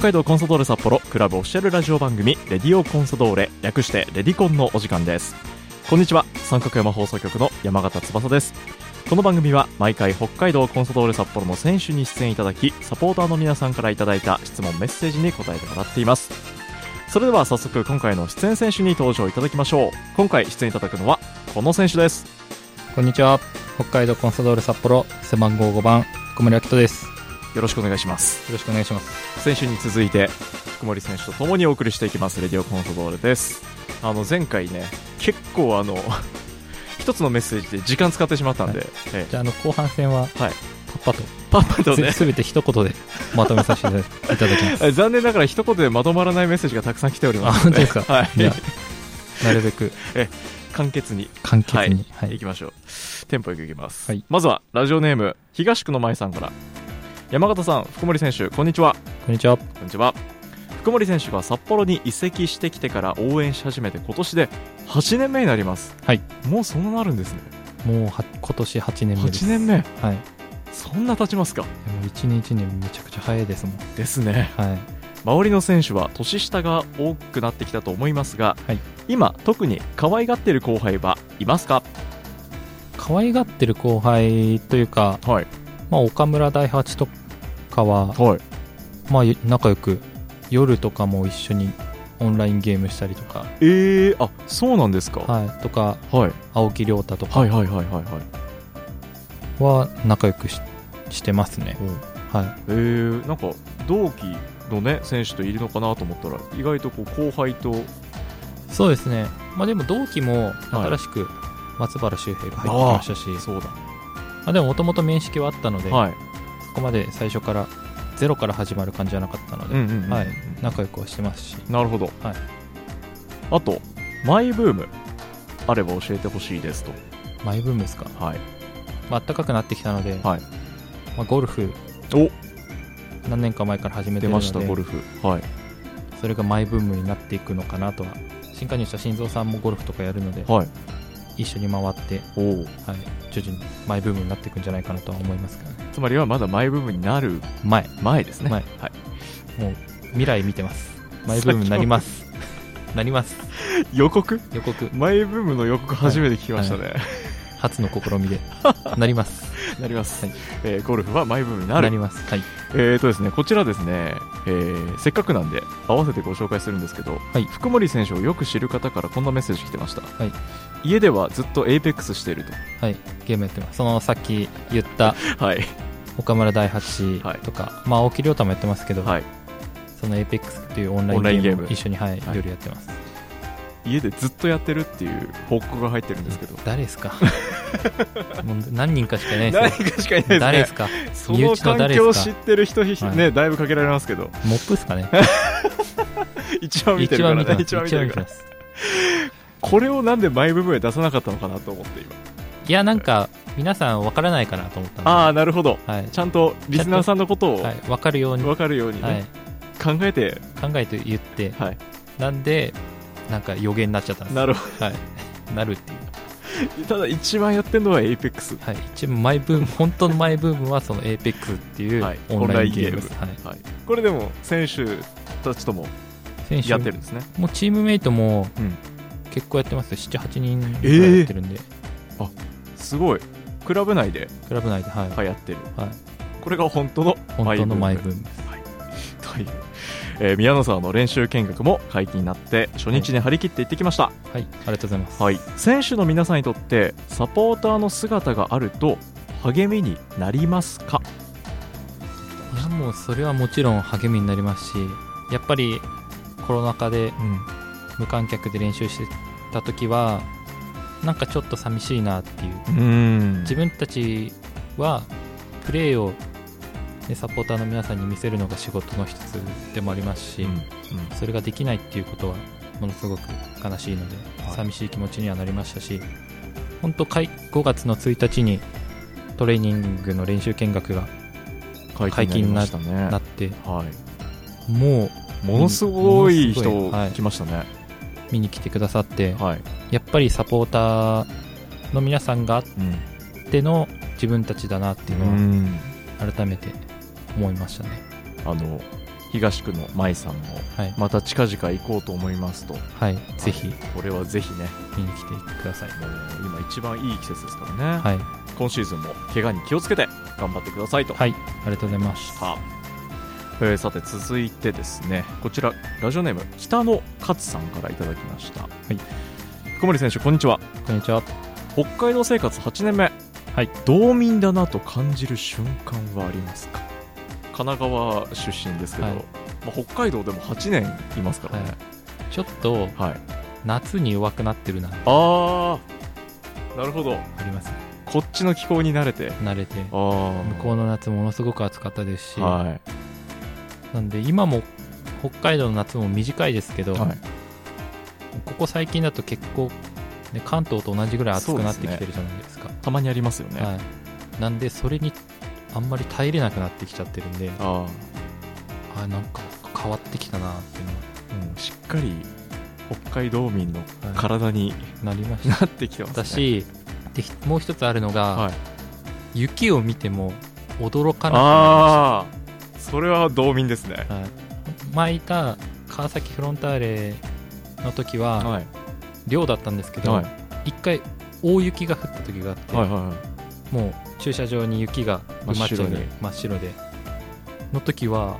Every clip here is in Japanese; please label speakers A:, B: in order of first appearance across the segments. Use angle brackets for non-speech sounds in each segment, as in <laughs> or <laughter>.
A: 海道コンソドーレ札幌クラブオフィシャルラジオ番組「レディオコンソドーレ」略して「レディコン」のお時間ですこんにちは三角山放送局の山形翼ですこの番組は毎回北海道コンソドーレ札幌の選手に出演いただきサポーターの皆さんからいただいた質問メッセージに答えてもらっていますそれでは早速今回の出演選手に登場いただきましょう今回出演いただくのはこの選手です
B: こんにちは。北海道コンサドール札幌、背番号5番、小森明人です。よ
A: よろしくお願いします
B: ろしくお願いします。
A: 先週に続いて福森選手とともにお送りしていきますレディオコンソドーレですあの前回ね結構あの <laughs> 一つのメッセージで時間使ってしまったんで、え
B: じゃあ、あの、後半戦は、
A: はい
B: パッパと、
A: えパッパ
B: <laughs>
A: と
B: すべ、
A: ね
B: て一言でまとめさせていただきます。
A: 残念ながら一言でまとまらないメッセージがたくさん来ており
B: あ、
A: ますの
B: 本当
A: で
B: ですか。
A: はい
B: じゃあ、なるべく
A: 簡潔に
B: 簡潔に。はい。
A: いきましょうテンポよくいきます、
B: はい
A: まずはラジオネーム東区の舞さんから山形さん福森選手こんにちは
B: こんにちは。
A: こんにちは福森選手が札幌に移籍してきてから応援し始めて今年で8年目になります
B: はい
A: もうそんななるんですね
B: もうは、今年8年目です。
A: 8年目
B: はい。
A: そんな経ちますか
B: でも1年1年めちゃくちゃ早いですもん。
A: ですね
B: はい。
A: 周りの選手は年下が多くなってきたと思いますが、
B: はい
A: 今特に可愛がってる後輩はいますか
B: 可愛がってる後輩というか、
A: はい
B: まあ、岡村大八とかは、
A: はい
B: まあ、仲良く、夜とかも一緒にオンラインゲームしたりとか、
A: えー、あそうなんですか、は
B: はい。とか、
A: い、はい
B: 青木亮太とか
A: はいはいはいはい
B: は仲良くししてますね、は
A: えー、なんか同期のね選手といるのかなと思ったら意外とこう後輩と
B: い、そうですね、まあ、でも同期も
A: い
B: 新しく松原周平が入ってきましたし、
A: そうだ
B: まあ、でももともと面識はあったので、
A: はい
B: そこまで最初からゼロから始まる感じじゃなかったので、
A: うんうんうん
B: はい、仲良くはしてますし
A: なるほど、
B: はい
A: あとマイブームあれば教えてほしいですと
B: マイブームですか、
A: はい
B: まあ暖かくなってきたので、
A: はい
B: まあ、ゴルフ
A: お
B: 何年か前から始め
A: 出
B: てるの
A: ま
B: で
A: したゴルフはい
B: それがマイブームになっていくのかなとは新加入した新蔵さんもゴルフとかやるので
A: はい
B: 一緒に回って、
A: おお
B: はい、徐々にマイブームになっていくんじゃないかなとは思いますけどね
A: つまりはまだマイブームになる
B: 前
A: 前ですね
B: 前
A: はい、
B: もう未来見てます。マイブームになります。なります。
A: <laughs> 予告
B: 予告、
A: マイブームの予告初めて聞きましたね、
B: 初の試
A: <laughs>
B: みで。なります。
A: なります、
B: はい
A: <laughs> えーゴルフはマイブームになる
B: ります。はい。
A: えーとですね、こちらですね、えーせっかくなんで合わせてご紹介するんですけど、
B: はい
A: 福森選手をよく知る方からこんなメッセージ来てました、
B: はい
A: 家ではずっとエイペックスしていると、
B: はい。ゲームやってます。そのさっき言った
A: はい
B: 岡村大八とか、まあ青木亮太もやってますけど、
A: はい、
B: そのエイペックスっていうオン
A: オンラ
B: ラ
A: イ
B: イ
A: ン
B: ン
A: ゲ
B: ゲ
A: ー
B: ー
A: ム
B: ムを一緒に、はい、
A: はい
B: 夜やってます。
A: 家でずっとやってるっていう報告が入ってるんですけど、
B: 誰で
A: <laughs>
B: すかもう何人かしかいないで
A: 誰
B: す
A: かしかいないです
B: よ。
A: ね、
B: 誰ですか
A: そ
B: 身
A: の
B: 内の
A: 環
B: 誰
A: 境を
B: です
A: 知
B: か
A: ってる人、
B: はい
A: ね、だいぶかけられますけど、
B: モップですかね
A: 一 <laughs> 番見てるからね、
B: 一番見てます。
A: 一番見
B: 一
A: て
B: 番
A: る
B: 見
A: か
B: て
A: ら、
B: ます。
A: これをなんでマイブームへ出さなかったのかなと思って、今、
B: いや、なんか、皆さん分からないかなと思ったんで。
A: ああ、なるほど、
B: はい。
A: ちゃんとリスナーさんのことを
B: はい。分かるように。
A: 分かるようにね、
B: はい。
A: 考えて、
B: 考えて言って、
A: はい、
B: なんで、なんか予言になっちゃったんです。
A: なるほど。
B: はい。なるっていう。
A: ただ一番やってるのはエイペックス
B: はい。一番マイブーム、本当のマイブームはその APEX っていう
A: はい
B: オンラインゲームです。はい。
A: はい、これでも選手たちとも
B: 選
A: やってるんですね
B: もうチームメイトも
A: うん、
B: 結構やってますよ。7、8人
A: えー
B: やってるんで、
A: すごいクラブ内で
B: クラブ内で、はい。
A: 流行ってる、
B: はい
A: これが本当のマイブ
B: 本当
A: ーム
B: のマイブームです。
A: という、えー宮野沢の練習見学も解禁になって初日に張り切って行ってきました、
B: はい。ありがとうございます。
A: はい、選手の皆さんにとってサポーターの姿があると励みになりますか
B: いや、もうそれはもちろん励みになりますし、やっぱりコロナ禍で無観客で練習してた時は、なんかちょっと寂しいなっていう
A: うんうん
B: 自分たちはプレーを、ね、サポーターの皆さんに見せるのが仕事の一つでもありますし、
A: うんうん
B: それができないっていうことはものすごく悲しいので、
A: はい
B: 寂しい気持ちにはなりましたし本当かい5月の1日にトレーニングの練習見学が
A: 解禁になりましたね
B: なって
A: はい、
B: もう
A: ものすごい
B: ものすごい
A: 人
B: はい
A: 来ましたね、
B: 見に来てくださって
A: はい
B: やっぱりサポーターの皆さんがあっ
A: うん
B: ての自分たちだなっていう
A: う
B: の
A: ん
B: は改めて思いましたね。
A: あの東区の舞さんも
B: はい、
A: また近々行こうと思いますと
B: はい、ぜひ
A: これはぜひね
B: 見に来てください。
A: もう今一番いい季節ですからね、
B: はい、
A: 今シーズンも怪我に気をつけて頑張ってくださいと、
B: はい、ありがとうございました。、
A: さあえーさて続いてですねこちらラジオネーム北野勝さんからいただきました、はい小森選手こんにちは
B: こんにちは。
A: 北海道生活8年目、
B: はい、
A: 道民だなと感じる瞬間はありますか神奈川出身ですけど、
B: はい
A: まあ、北海道でも8年いますからね、
B: ちょっと
A: はい
B: 夏に弱くなってるなあ
A: ああなるほど
B: りますね。
A: こっちの気候に慣れて
B: 慣れて。
A: ああ
B: 向こうの夏ものすごく暑かったですし、
A: は
B: なんで今も北海道の夏も短いですけど、
A: い、はい、
B: ここ最近だと結構、ね、関東と同じぐらい暑くなってきてるじゃないですか。
A: たまにありますよね、
B: はい、なんでそれにあんまり耐えれなくなってきちゃってるんであ
A: ああ
B: なんか変わってきたなっていうの
A: うんしっかり北海道民の体に
B: がなりま
A: <laughs>
B: し
A: なってきてますね
B: たし、でもう一つあるのが、
A: はい、
B: 雪を見ても驚かなくな
A: ああそれは道民ですね
B: りました、はい、前いた川崎フロンターレの時は、
A: はい
B: 寮だったんですけど、
A: はい
B: 一回大雪が降った時があって、
A: はいはい
B: もう駐車場に雪が
A: 真っ白に
B: 真っ真っ白での時は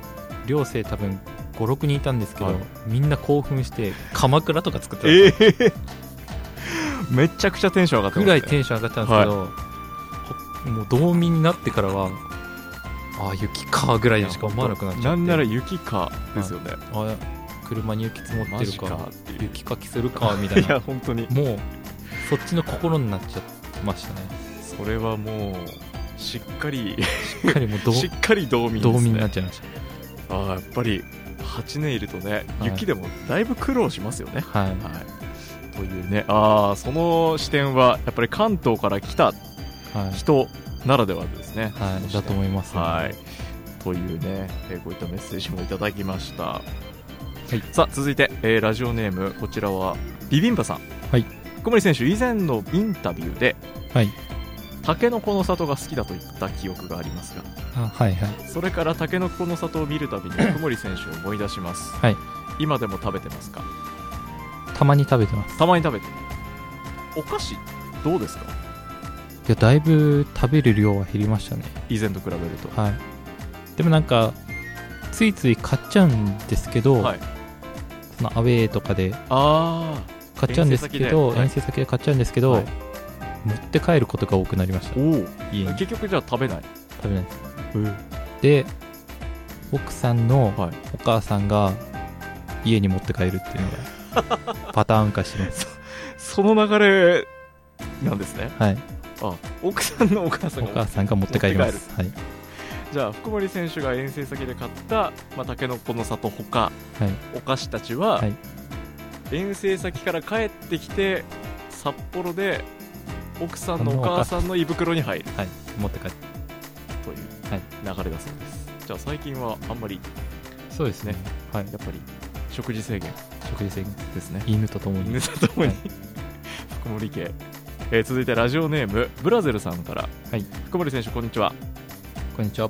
B: 寮生多分56人いたんですけど、
A: はい
B: みんな興奮して鎌倉とか作って
A: ええ <laughs> めちゃくちゃテンション上がって
B: たぐ
A: ます、ね、
B: らいテンション上がったんですけど、ほもう道民になってからはああ雪かぐらいにしか思わなくなっちゃって
A: んなら雪かですよね、
B: あ車に雪積もっ
A: マ
B: てる
A: ジ
B: か
A: かっていう
B: 雪かきするかみた
A: <laughs>
B: い
A: いや
B: な
A: 本当に
B: もうそっちの心になっちゃってましたね
A: それはもうしっかり
B: しっかりもう道
A: <laughs> しっかり道民です、ね、
B: 道民になっちゃいました
A: ああやっぱり8年いるとね
B: はい
A: 雪でもだいぶ苦労しますよね、
B: はい
A: はい、というねああその視点はやっぱり関東から来た
B: はい
A: 人ならではですね、
B: はい、だと思います、
A: はいというね、えーこういったメッセージもいただきました、はいさあ続いて、えーラジオネームこちらはビビンバさん、
B: はい、
A: 小森選手以前のインタビューで
B: はい
A: タケノコの里が好きだと言った記憶がありますが
B: あはいはい
A: それからタケノコの里を見るたびに小森選手を思い出します、
B: はい、
A: 今でも食べてますか
B: たまに食べてます
A: たまに食べてるお菓子どうですか
B: いやだいぶ食べる量は減りましたね
A: 以前と比べると
B: はいでもなんかついつい買っちゃうんですけど、
A: はい
B: そのアウェーとかで
A: あ
B: 買っちゃうんですけど
A: 遠
B: 遠征先で,、
A: 征先ではい
B: 買っちゃうんですけど、
A: はい
B: 持って帰ることが多くなりまし
A: あお
B: た
A: お
B: 家に食
A: 結局じゃあ食べない
B: べないですで奥さんの
A: はい
B: お母さんが家に持って帰るっていうの <laughs> がパターン化してます
A: その流れなんですね
B: はい
A: あ奥さんのお母さん
B: お母
A: が
B: さんが持って帰りますはい
A: じゃあ福森選手が遠征先で買ったまあたけのこの里ほか
B: はい
A: お菓子たちは、
B: はい
A: 遠征先から帰ってきて札幌で奥さんのお母さんの胃袋に入る
B: はい持って帰って
A: という
B: はい
A: 流れだそうです、じゃあ最近はあんまり
B: そうですね
A: ね
B: はい
A: やっぱり食事制限
B: 食事制限
A: ですね
B: 犬と共に
A: 犬里に、
B: はい
A: 福森家、えー続いてラジオネームブラゼルさんから、
B: はい
A: 福森選手こんにちは
B: こんにちは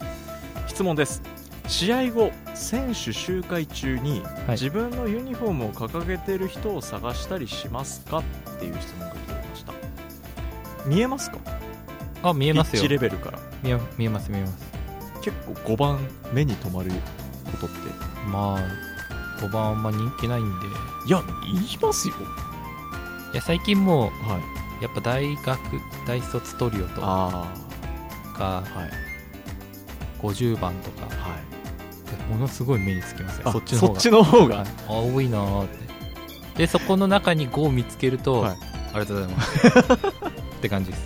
A: 質問です試合後選手集会中に、
B: い
A: 自分のユニフォームを掲げてる人を探したりしますかっていう質問が来ていました見えますか
B: あ見えますよ
A: ピッチレベルから
B: 見え見えます見えます
A: 結構5番目に留まることって
B: まあ5番あんま人気ないんで
A: いや言いますよ
B: いや最近も
A: はい、
B: うやっぱ大学大卒トリオと
A: あ
B: か
A: あはい
B: 50番とか
A: はい
B: ものすごい目につきますよ
A: あ
B: そっちの方
A: そ
B: が
A: っちの方
B: は
A: が
B: いあ多いなーってでそこの中に5を見つけると、
A: はい
B: ありがとうございます
A: <laughs>
B: って感じです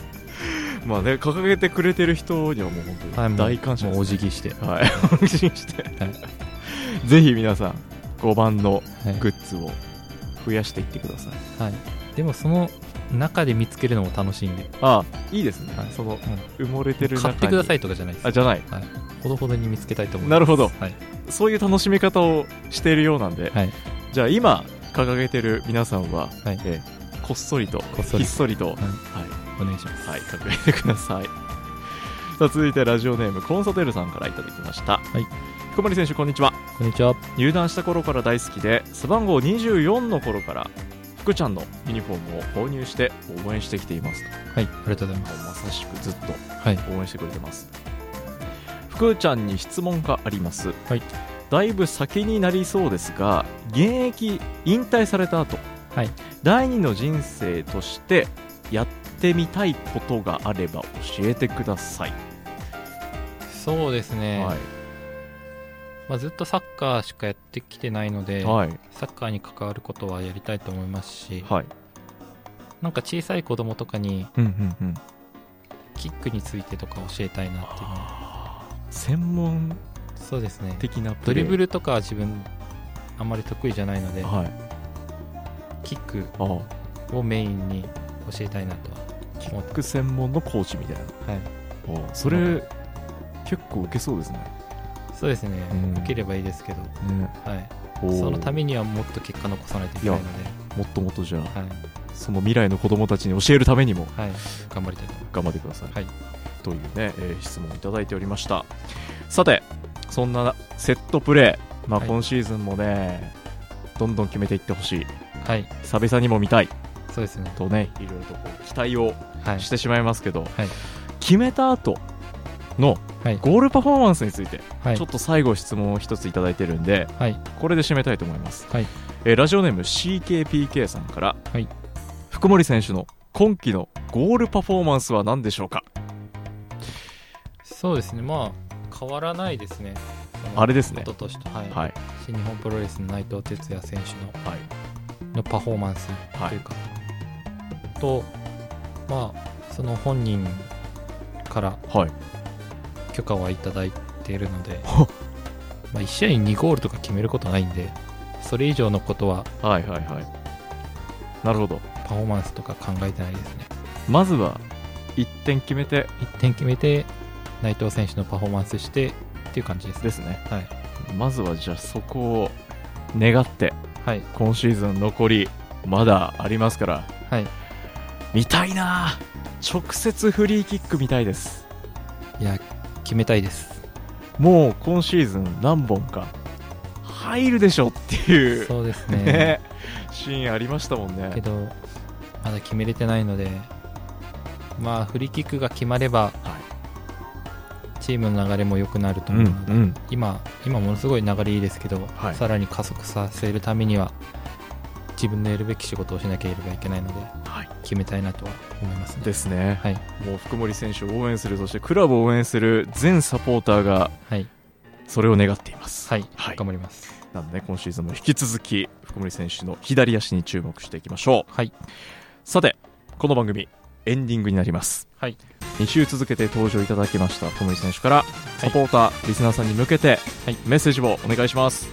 A: まあね掲げてくれてる人にはもう本当
B: も
A: に
B: う
A: 大感謝です、ね
B: もうお辞儀して、
A: はい、 <laughs> 安心して、
B: い
A: ぜひ皆さん5番の
B: はい
A: グッズを増やしていってください
B: はい、でもその中で見つけるのも楽しいんで
A: あいいですね、
B: はい
A: その
B: うん
A: 埋もれてる中
B: 買
A: に
B: ってくださいとかじゃないです
A: あじゃない
B: ほどほどに見つけたいと思いま
A: な
B: す
A: るほど
B: はい、
A: そういう楽しみ方をしているようなんで、
B: はい
A: じゃあ今掲げてる皆さんは、
B: はい
A: えーこっそりと
B: っそ
A: ひ
B: り
A: っそりと、はい
B: お願いします
A: はい、掲げてくださいさあ続いてラジオネームコンサテルさんからいただきました、
B: い
A: 小福森選手こんにちは
B: こんにちは
A: 入団した頃から大好きで背番号24の頃から福ちゃんのユニフォームを購入して応援してきています
B: はいありがとうございます
A: まさしくずっと
B: はい
A: 応援してくれてます福ちゃんに質問があります、
B: はい
A: だいぶ先になりそうですが現役引退された後、
B: はい
A: 第二の人生としてやってみたいことがあれば教えてください、
B: そうですね、まあ、ずっとサッカーしかやってきてないので、
A: はいはい
B: サッカーに関わることはやりたいと思いますし、
A: はい
B: なんか小さい子供とかに
A: うんうんうん
B: キックについてとか教えたいなっていうのは
A: 専門
B: そうですね
A: 的なプ
B: ド
A: レ
B: リ
A: ー
B: ブルとかは自分あんまり得意じゃないので
A: はい
B: キック
A: ああ
B: をメインに教えたいなとは
A: キ
B: 思
A: ック専門のコーチみたいな
B: はい
A: ああそれ結構受けそうですね
B: そうですね、
A: うん
B: 受ければいいですけど、
A: ね
B: はい、
A: おお
B: そのためにはもっと結果残さないといけないので
A: もっともっとじゃあ
B: はい
A: その未来の子供たちに教えるためにも
B: はい、頑張りたいと思いま
A: 頑張ってください、
B: はい
A: というね、えー質問をいただいておりましたさてそんなセットプレー、まあ、
B: はい
A: 今シーズンもね、どんどん決めていってほしい
B: すはい
A: 久々にも見たい
B: そうですね
A: とねいろいろとこう期待を
B: はい
A: してしまいますけど、
B: はい
A: 決めた後の
B: はい
A: ゴールパフォーマンスについて、
B: はい
A: ちょっと最後質問を一ついただいてるんで
B: はい
A: これで締めたいと思います、
B: はい
A: えーラジオネーム CKPK さんから、
B: はい
A: 福森選手の今季のゴールパフォーマンスは何でしょうか
B: そうですねまあ変わらないですねその
A: あれですね
B: 一昨年と、はい
A: はい
B: 新日本プロレスの内藤哲也選手
A: はい
B: ののパフォーマンス
A: は
B: という
A: い
B: か、とまあその本人から
A: はい
B: 許可はいただいているので
A: ほっ、
B: まあ、1試合に2ゴールとか決めることないんでそれ以上のことは
A: はいはいはいなるほど
B: パフォーマンスとか考えてないですね
A: まずは1点決めて
B: 1点決めて内藤選手のパフォーマンスしてっていう感じですね
A: ですね
B: はい、
A: まずはじゃあそこを願って
B: はい
A: 今シーズン残りまだありますから
B: はい、
A: 見たいなあ直接フリーキック見たいです
B: いや決めたいです
A: もう今シーズン何本か入るでしょっていう
B: そうです
A: <laughs>
B: ね
A: ねシーンありましたもんね
B: けどまだ決めれてないのでまあフリーキックが決まれば、
A: は
B: チームの流れも良くなると
A: う
B: 思
A: ん
B: う
A: う
B: ので、
A: ん
B: 今今ものすごい流れいいですけど、
A: はい
B: さらに加速させるためには自分のやるべき仕事をしなければいけないので
A: はい
B: 決めたいなとは思いますね
A: ですね、
B: はい
A: もう福森選手を応援するそしてクラブを応援する全サポーターが
B: はい、
A: それを願っています
B: はい
A: はい
B: 頑張ります
A: なので今シーズンも引き続き福森選手の左足に注目していきましょう
B: はい
A: さてこの番組エンディングになります
B: はい
A: 2週続けて登場いただきました福森選手からサポーター、リスナーさんに向けて、
B: はい
A: メッセージをお願いします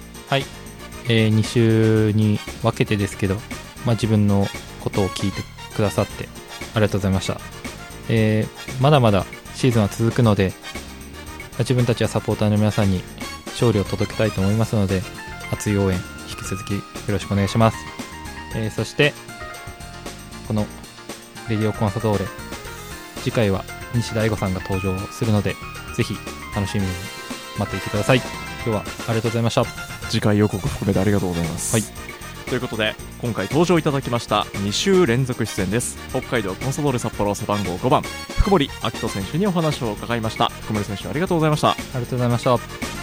B: え2週に分けてですけど、まあ、自分のことを聞いてくださってありがとうございました、えーまだまだシーズンは続くのでまあ自分たちはサポーターの皆さんに勝利を届けたいと思いますので熱い応援引き続きよろしくお願いします、えーそしてこの「レディオコンサドーレ」次回は西大悟さんが登場するのでぜひ楽しみに待っていてください今日はありがとうございました
A: 次回予告含めてありがとうございます、
B: はい
A: ということで今回登場いただきました2週連続出演です北海道コンサドーレ札幌背番号5番福森明人選手にお話を伺いました福森選手ありがとうございました
B: ありがとうございました。